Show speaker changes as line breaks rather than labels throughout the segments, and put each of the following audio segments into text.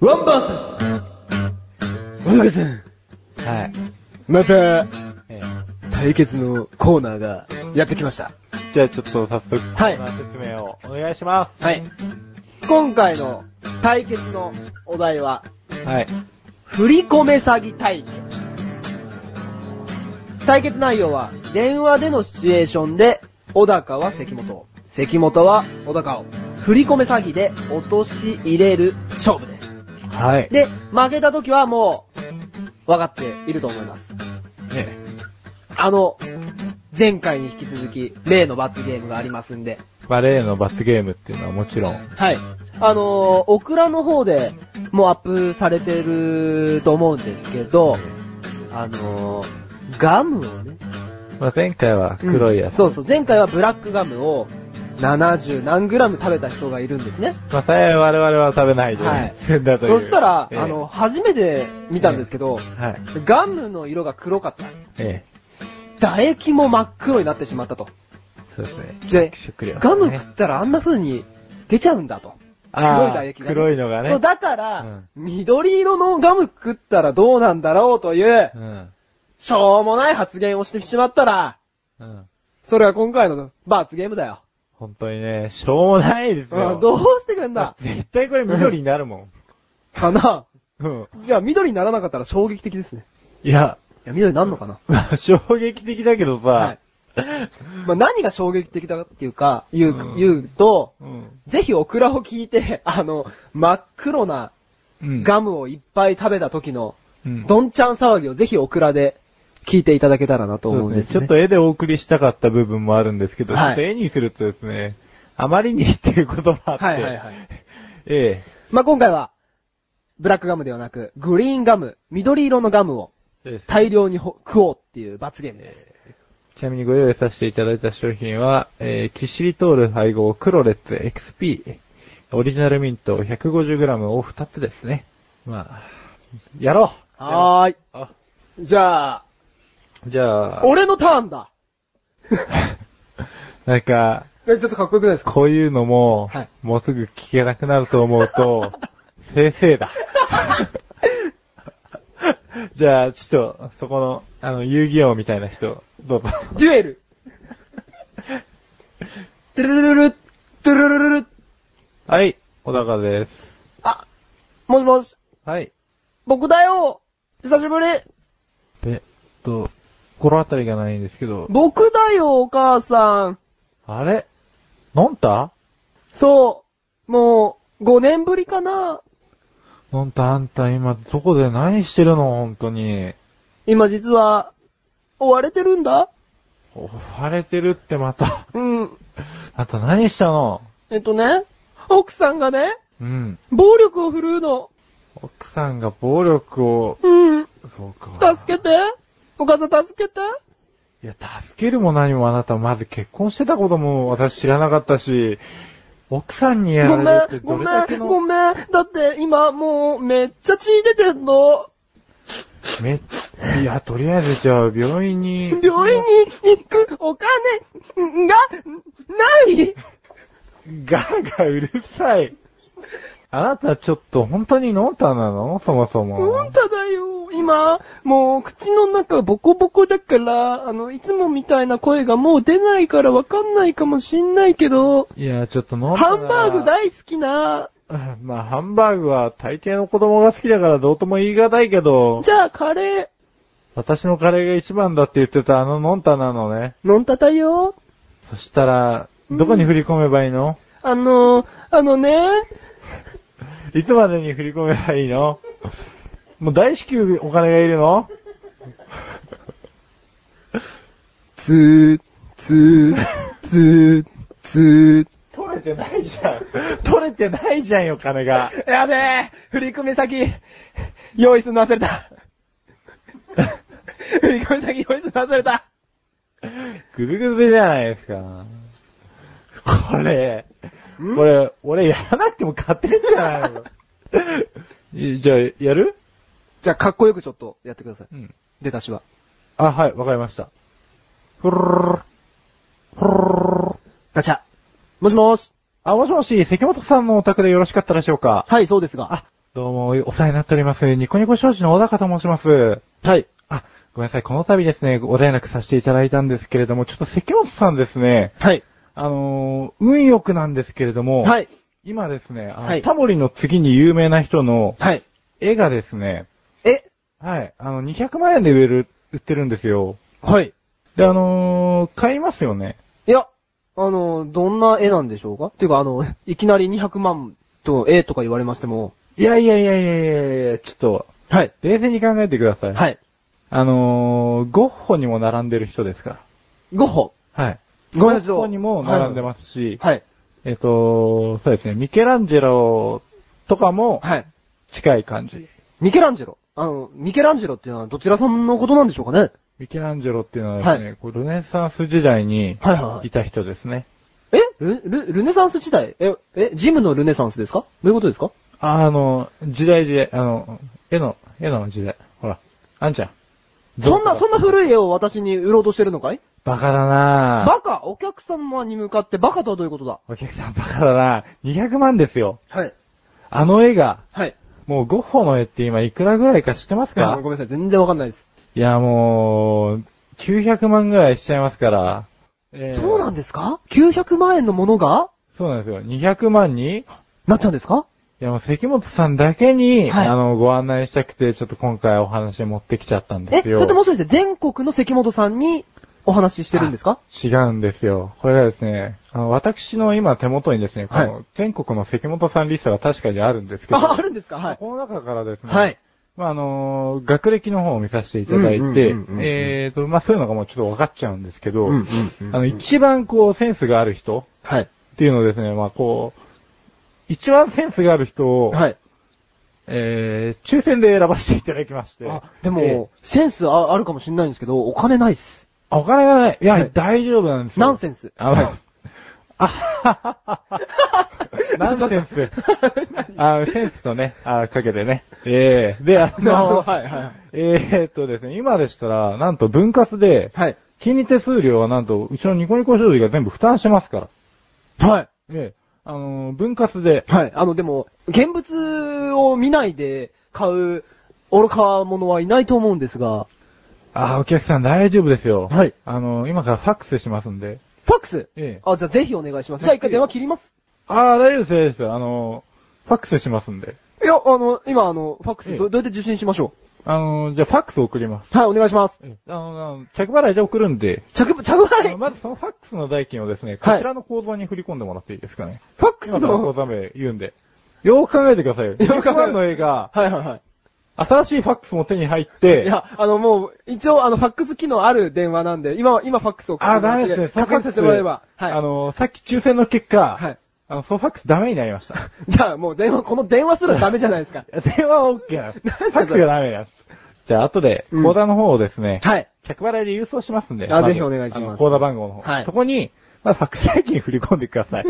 ワンバーサス小高さん、
はい。
また、
え
対決のコーナーがやってきました。
ーじゃあちょっと早速、
はい
コーナー説明をお願いしま
はい。今回の対決のお題は、
す。はい。
振り込め詐欺対決。対決内容は、電話でのシチュエーションで、小高は関本を、関本は小高を、振り込め詐欺で落とし入れる勝負です。
はい。
で、負けた時はもう、分かっていると思います。
ね、
あの、前回に引き続き、例の罰ゲームがありますんで、
バレーの罰ゲームっていうのはもちろん、
はい。あのー、オクラの方でもうアップされてると思うんですけど、あのー、ガムをね。
まあ、前回は黒いや
うん
つ。
そうそう。前回はブラックガムを70何グラム食べた人がいるんですね。
まあ、さえ我々は食べないで
はい
済んだという。
そしたら、
えー
あの、、初めて見たんですけど、
はい。
ガムの色が黒かった。
え
唾液も真っ黒になってしまったと。
えそうですね。
で
食料、
ガム食ったらあんな風に出ちゃうんだと。黒い
あ
唾
ー
液がね、
黒いのがね。
そう、だから、
うん
緑色のガム食ったらどうなんだろうという
う、ん。
しょうもない発言をしてしまったら、
うん。
それは今回の罰ゲームだよ。
本当にね、しょうもないです
う
よ。
んどうしてくんだ
絶対これ緑になるも。
かなん
うん。
じゃあ緑にならなかったら衝撃的ですね。
いや、
いや、緑になんのかな
まあ衝撃的だけどさ、
はいまあ、何が衝撃的だっていうか、言う、
うん
言うと、
うん。
ぜひオクラを聞いて、あの、真っ黒な
うん、
ガムをいっぱい食べた時の、
うん、
どんちゃん騒ぎをぜひオクラで聞いていただけたらなと思うんですね。
そうですねちょっと絵でお送りしたかった部分もあるんですけど、
はい
ちょっと絵にするとですね、あまりにっていう言葉あって、
はいはいはい。
ええ、
まあ、今回は、ブラックガムではなく、グリーンガム、緑色のガムを
そうです
大量にほ食おうっていう罰ゲームです。
ちなみにご用意させていただいた商品は、えー、キシリトール配合クロレッツ XP、オリジナルミント 150g を2つですね。まあ、やろう
はーい。
あ
じゃあ、
じゃあ、
俺のターンだ
なんか、
えちょっとかっこよくないですか
こういうのも、
はい
もうすぐ聞けなくなると思う と、先生だ。 じゃあ、ちょっと、そこの、あの、遊戯王みたいな人、どうぞ。
デュエルトゥルルルル、トゥルルルル、
はい、小高です。
あ、もしもし、
はい。
僕だよ久しぶり
で、えっと、心当たりがないんですけど、
僕だよお母さん
あれのんた
そう、もう、5年ぶりかな
のんたあんた今どこで何してるの本当に。
今実は、追われてるんだ
追われてるってまた。
うん。
あんた何したの
えっとね、奥さんがね、
うん。
暴力を振るうの。
奥さんが暴力を、
うん。
そうか。
助けて。お母さん助けて。
いや、助けるも何もあなた、まず結婚してたことも私知らなかったし、奥さんにや
ごめ
られるって
ん、
ど
ご
れだ
め
け
ん、ご
の、
めん。だって今もうめっちゃ血出てんの。
め、いや、とりあえずじゃあ病院に、
病院に行くお金がない。
ガーガーうるさい。あなたちょっと本当にノンタンなのそもそ
ほ
も
ん。とだよ。今、もう口の中ボコボコだから、あの、いつもみたいな声がもう出ないからわかんないかもしんないけど、
いや、ちょっとノンタ
ハ
ン
ン
な
バーグ大好きな、
うん まあ、ハンバーグは大抵の子供が好きだからどうとも言い難いけど、
じゃあカレー、
私のカレーが一番だって言ってたあのノンタンなのね。
のんたたよ。
そしたら、どこに振り込めばいいの、
あの、あのね、
いつまでに振り込めばいいのもう大至急お金がいるの
つー、つー、つー、つ
取れてないじゃん。 取れてないじゃんよ、金 が。
ー。やべえ振り込み先、用意するの忘れた。振り込み先用意するの忘れた。
ぐずぐずじゃないですか。これ、これ、俺やらなくても勝てんじゃないの いじゃあ、やる
じゃあ、かっこよくちょっとやってください。
うん。
出だしは。
あ、はい、わかりました。ふるるるるふるるるる
ガチャ。もしもーし。
あ、もしもし、関本さんのお宅でよろしかったでしょうか
はい、そうですが。
あ、どうも、お世話になっております。ニコニコ商事の小高と申します。
はい。
あ、ごめんなさい。この度ですね、お連絡させていただいたんですけれども、ちょっと関本さんですね、
はい。
あのー運良くなんですけれども、
はい。
今ですね、あの
はい
タモリの次に有名な人の
はい。
絵がですね、
え、
はい、あの、200万円で売れる、売ってるんですよ。
はい。
で、あのー買いますよね。
いや、あの、どんな絵なんでしょうかっていうか、あの、 いきなり200万と絵とか言われましても、
いやいやいやいやいやいや、ちょっと、
はい。
冷静に考えてください。
はい。
あのー、ゴッホにも並んでる人ですか
ゴッホ。
ら。はい。
ご
ゴ
めんな
ッ
さい
ホにも並んでますし、
はい。
えっと、そうですね、ミケランジェロとかも
はい。
近い感じ。
ミケランジェロ。あの、ミケランジェロっていうのはどちらさんのことなんでしょうかね
ミケランジェロっていうのはですね、こうルネサンス時代に
はいはいはい
た人ですね。
えル、ル、ルネサンス時代え、え、ジムのルネサンスですかどういうことですか
あの、時代時代、あの、絵の、絵の時代。ほら、あんちゃん。
そんな、そん
ん
な古い絵を私に売ろうとしてるのかい
バカだなぁ。
バカお客様に向かってバカとはどういうことだ
お客さんバカだなぁ。200万ですよ。
はい。
あの絵が、
はい。
もうゴッホの絵って今いくらぐらいか知ってます
あ
か
のごめんなさい、全然わかんないです。
いやもう、900万ぐらいしちゃいますから。えー
そうなんですか ?900 万円のものが
そうなんですよ。200万に、い
なっちゃうんですか
やもう関本さんだけに、
はい
あの、ご案内したくて、ちょっと今回お話持ってきちゃったんで
え、
す
そ
よ。
れってもしかして全国の関本さんにお話ししてるんですか
違うんですよ。これがですね、あの、私の今手元にですね、この、全国の関本さんリストが確かにあるんですけ ど、
あ、あるんですかはい。
この中からですね、
はい。
まあ、あのー学歴の方を見させていただい
うんうん
て
うんうん、
えーと、まあ、そういうのがもうちょっと分かっちゃうんですけど、
うん
あの、一番こう、センスがある人
はい。
っていうのをですね、まあ、こう、一番センスがある人を、
はい。
えー、抽選で選ばせていただきまして。
あ、で
えー
も、センスああるかもしれないんですけど、お金ないっす。
あお金がない。いや、
はい
大丈夫なんですよ。
ナンセンス。
あの、あはははナンセ ンス。あセンスとね、あかけてね。ええで、あ
なるほど
の、
はいはい
えーっとですね、今でしたら、なんと分割で、
はい。
金利手数料はなんと、うちのニコニコ商事が全部負担してますから。
はい。
ええあの、分割で、
はい。あの、でも、現物を見ないで買う愚か者はいないと思うんですが、
あ、お客さん大丈夫ですよ。
はい。
あの、今からファックスしますんで。
ファックス
ええ
あ、じゃあぜひお願いします。じゃあ一回電話切ります。
ああ、大丈夫です、大丈夫です。あの、ファックスしますんで。
いや、あの、今あの、ファックス
ええ
どどうやって受信しましょ
あの、じゃあファックス送ります。
うはい、お願いします。
ええあの、あの着払いで送るんで、
着、着払
あの
い
まずそのファックスの代金をですね、
はい
こちらの口座に振り込んでもらっていいですかね。
ファックス
今の
の
口、座名言うんで。よーく考えてくださいよ。
よく考え
200万の映画、
はいはいはい。
新しいファックスも手に入っ
い
て、
や、あのもう、一応、あの、ファックス機能ある電話なんで、今は、今ファックスを
あ、ダメですね。
書かせてもらえば。はい。
あの、さっき抽選の結果、
はい。
あの、そのファックスダメにな りました。
じゃあ、もう電話、この電話すらダメじゃないですか。
電話は OK なんです。
なんでそ
フ
れ
ァックスがダメなんです。じゃあ、後で、
うん
口座の方をですね、
はい。
客払いで郵送しますんで。
あ
ず
ぜひお願いします
あの口座番号の方。
はい
そこに、まず、ファックス代金振り込んでくだ さい。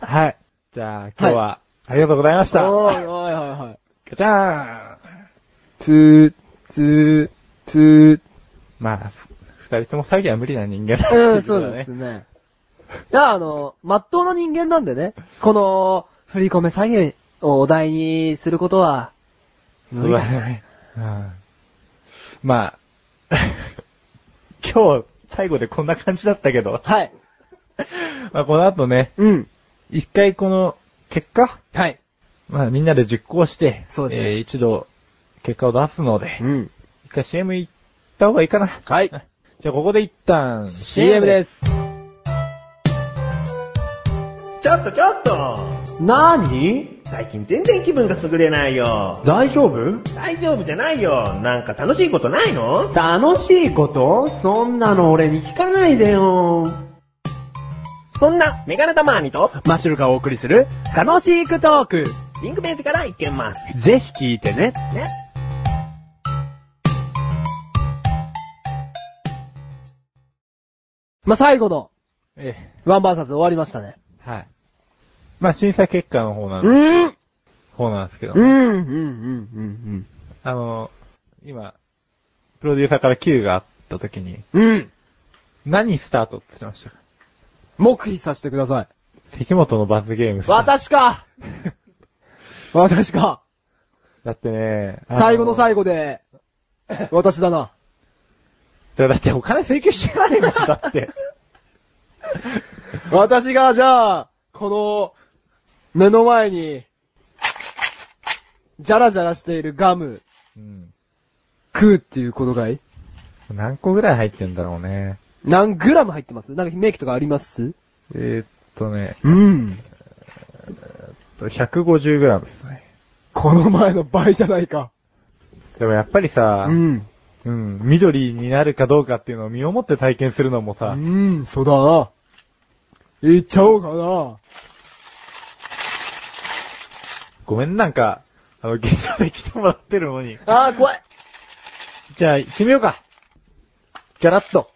はい。じゃあ、今日は、ありがとうございました。
おーい、おい、はい、はい。
ガチャーン
つー、つー、つー。
まあ、ふ二人とも詐欺は無理な人間だ
うん、
っていこ
そ
と
う
だ
です
ね。
ね。いや、あの、まっとうな人間なんでね、この、振り込め詐欺をお題にすることは、無
そう
理だ
だね。うんまあ、 今日、最後でこんな感じだったけど、
はい。
まあ、この後ね、
うん。
一回この、結果
はい。
まあ、みんなで実行して、
そうですね
えー一度、結果を出すので、
ん。
一回 CM 行った方がいいかな。
はい。
じゃあ、ここで一旦、。
CM ですす。
ちょっとちょっと
なーに
最近全然気分が優れないよ。
大丈夫
大丈夫じゃないよ。なんか楽しいことないの
楽しいことそんなの俺に聞かないでよ。
そんなメガネタマーニと
マッシュルがお送りする、楽しいクトーク。
リンクページからいけます。
ぜひ聞いてね。
ね。
まあ、最後の、
え
ワンバーサス終わりましたね。
えはい。まあ、審査結果の方なん、
ーん。
方なんですけど、
うん、うん、うん、うん、
あの、今、プロデューサーから Q があった時に、
うん。うん。
何スタートって言ってましたか
黙秘させてください。
関本の罰ゲームスタート。
私か私か
だってね、あ
最後の最後で、私だな。
だってお金請求してないもんだ って。
私が、じゃあ、この、目の前に、じゃらじゃらしているガム、
うん。
食うっていうことがい
何個ぐらい入ってんだろうね。
何グラム入ってますなんかメイクとかあります
えー、っとね、
うん。
150g ですね。
この前の倍じゃないか。
でもやっぱりさ、
うん。
うん、緑になるかどうかっていうのを身をもって体験するのも
う
さ、
ん、そうだな。いっちゃおうかな。
ごめんなんか、あの、現状で来てもらってるのに。
あー、怖い。
じゃあ、決めようか。ガラッと。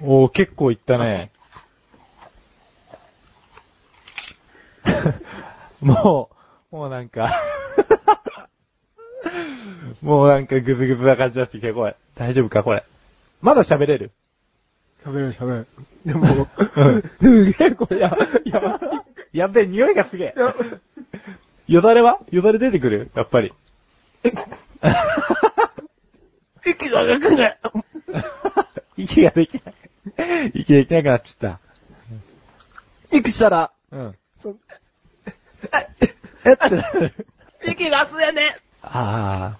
おー、結構いったね。 もう、もうなんか、もうなんかグズグズな感じになってきて、これ。大丈夫か、これ。まだ喋れる
やべえ、やべえ。でも
うん、
すげえ、これ、や、やばい。
やっべえ、匂いがすげえ。
や
よだれはよだれ出てくるやっぱり。
息が上がくね。
息ができない。息できなくなっちゃっ
息したら、
た。 うん。
そ
えってなる。
息が吸えね
ああ。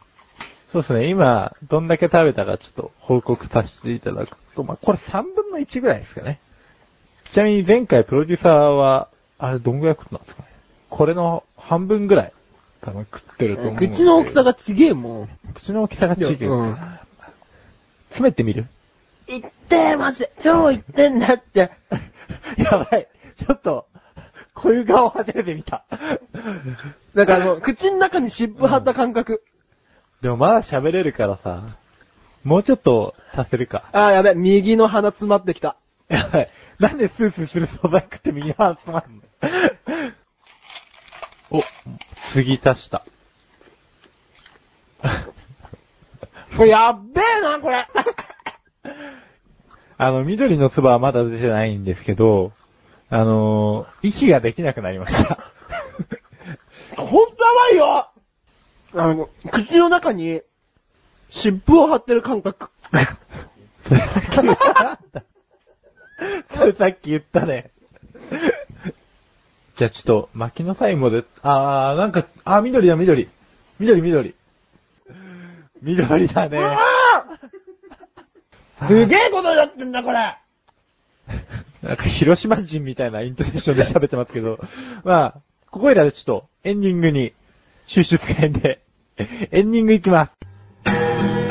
そうですね。今、どんだけ食べたかちょっと報告させていただくと、まあ、これ3分の1ぐらいですかね。ちなみに前回プロデューサーは、あれどんぐらい食ったんですかね。これの半分ぐらい、多分食ってると思うんで。
口の大きさがちげえもん。
口の大きさが違う。
うん
詰めてみる
言ってます。今日言ってんだって。
やばい。ちょっと、こういう顔初めて見た。
なんかあの、口の中に湿布貼った感覚。
でもまだ喋れるからさ、もうちょっと足せるか。
あー、やべえ、右の鼻詰まってきた。
やばい。なんでスースーする素材食って右側集まんの お、次足した。
これやっべえな、これ。
あの、緑の唾はまだ出てないんですけど、あのー、息ができなくなりました。
ほんとやばいよあの、口の中に、湿布を貼ってる感覚。
そ れさっき言った。それさっき言ったね。じゃあちょっと、巻きの際もで、あー、なんか、あー、緑だ、緑。緑、緑。緑だね。
すげえことになってんだ、これ。
なんか広島人みたいなイントネーションで喋ってますけど、まあ、ここいらでちょっとエンディングに収集使えんで、 エンディングいきます。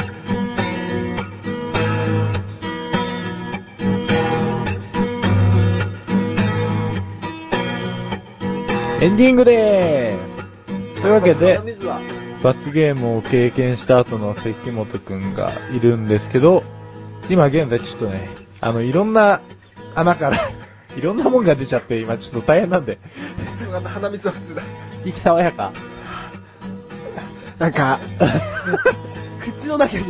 エンディングでーす。というわけで、
水は
罰ゲームを経験した後の関本くんがいるんですけど、今現在ちょっとね、あの、いろんな穴から、 いろんなもんが出ちゃって、今ちょっと大変なんで、
鼻水は普通だ。
息爽やか。
なんか、 口の中に、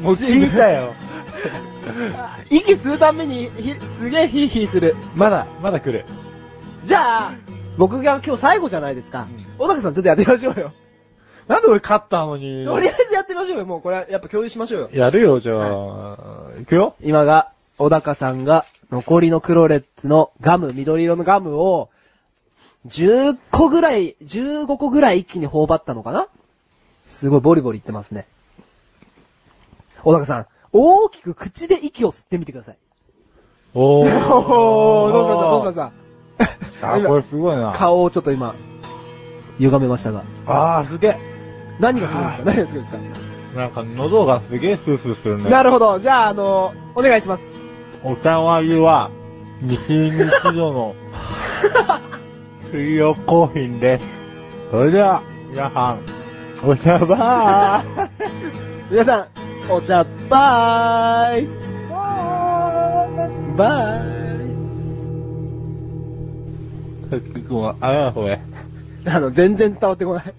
もう聞いたよ。
息吸うために、ひすげえヒーヒーする。
まだ、まだ来る。
じゃあ、僕が今日最後じゃないですか。小高さんちょっとやってみましょうよ。
なんで俺勝ったのに。
とりあえずやってみましょうよ。もうこれはやっぱ共有しましょうよ。
やるよ、じゃあ、いくよ。
今が、小高さんが残りのクロレッツのガム、緑色のガムを、10個ぐらい、15個ぐらい一気に頬張ったのかなすごいボリボリいってますね。小高さん、大きく口で息を吸ってみてください。
おー。
どうしましたどうしました
あ、これすごいな。
顔をちょっと今、歪めましたが。
あー、すげえ。
何がするんですか何がするんですか
なんか喉がすげえスースーするね。
なるほど。じゃあ、あの、お願いします。
お茶割りは、西日常の、水曜コーヒーです。それでは、皆さん、お茶ばー
皆さん、お茶、バーイバーイ
さっきくんは、あれだ、これ。
あの、全然伝わってこない。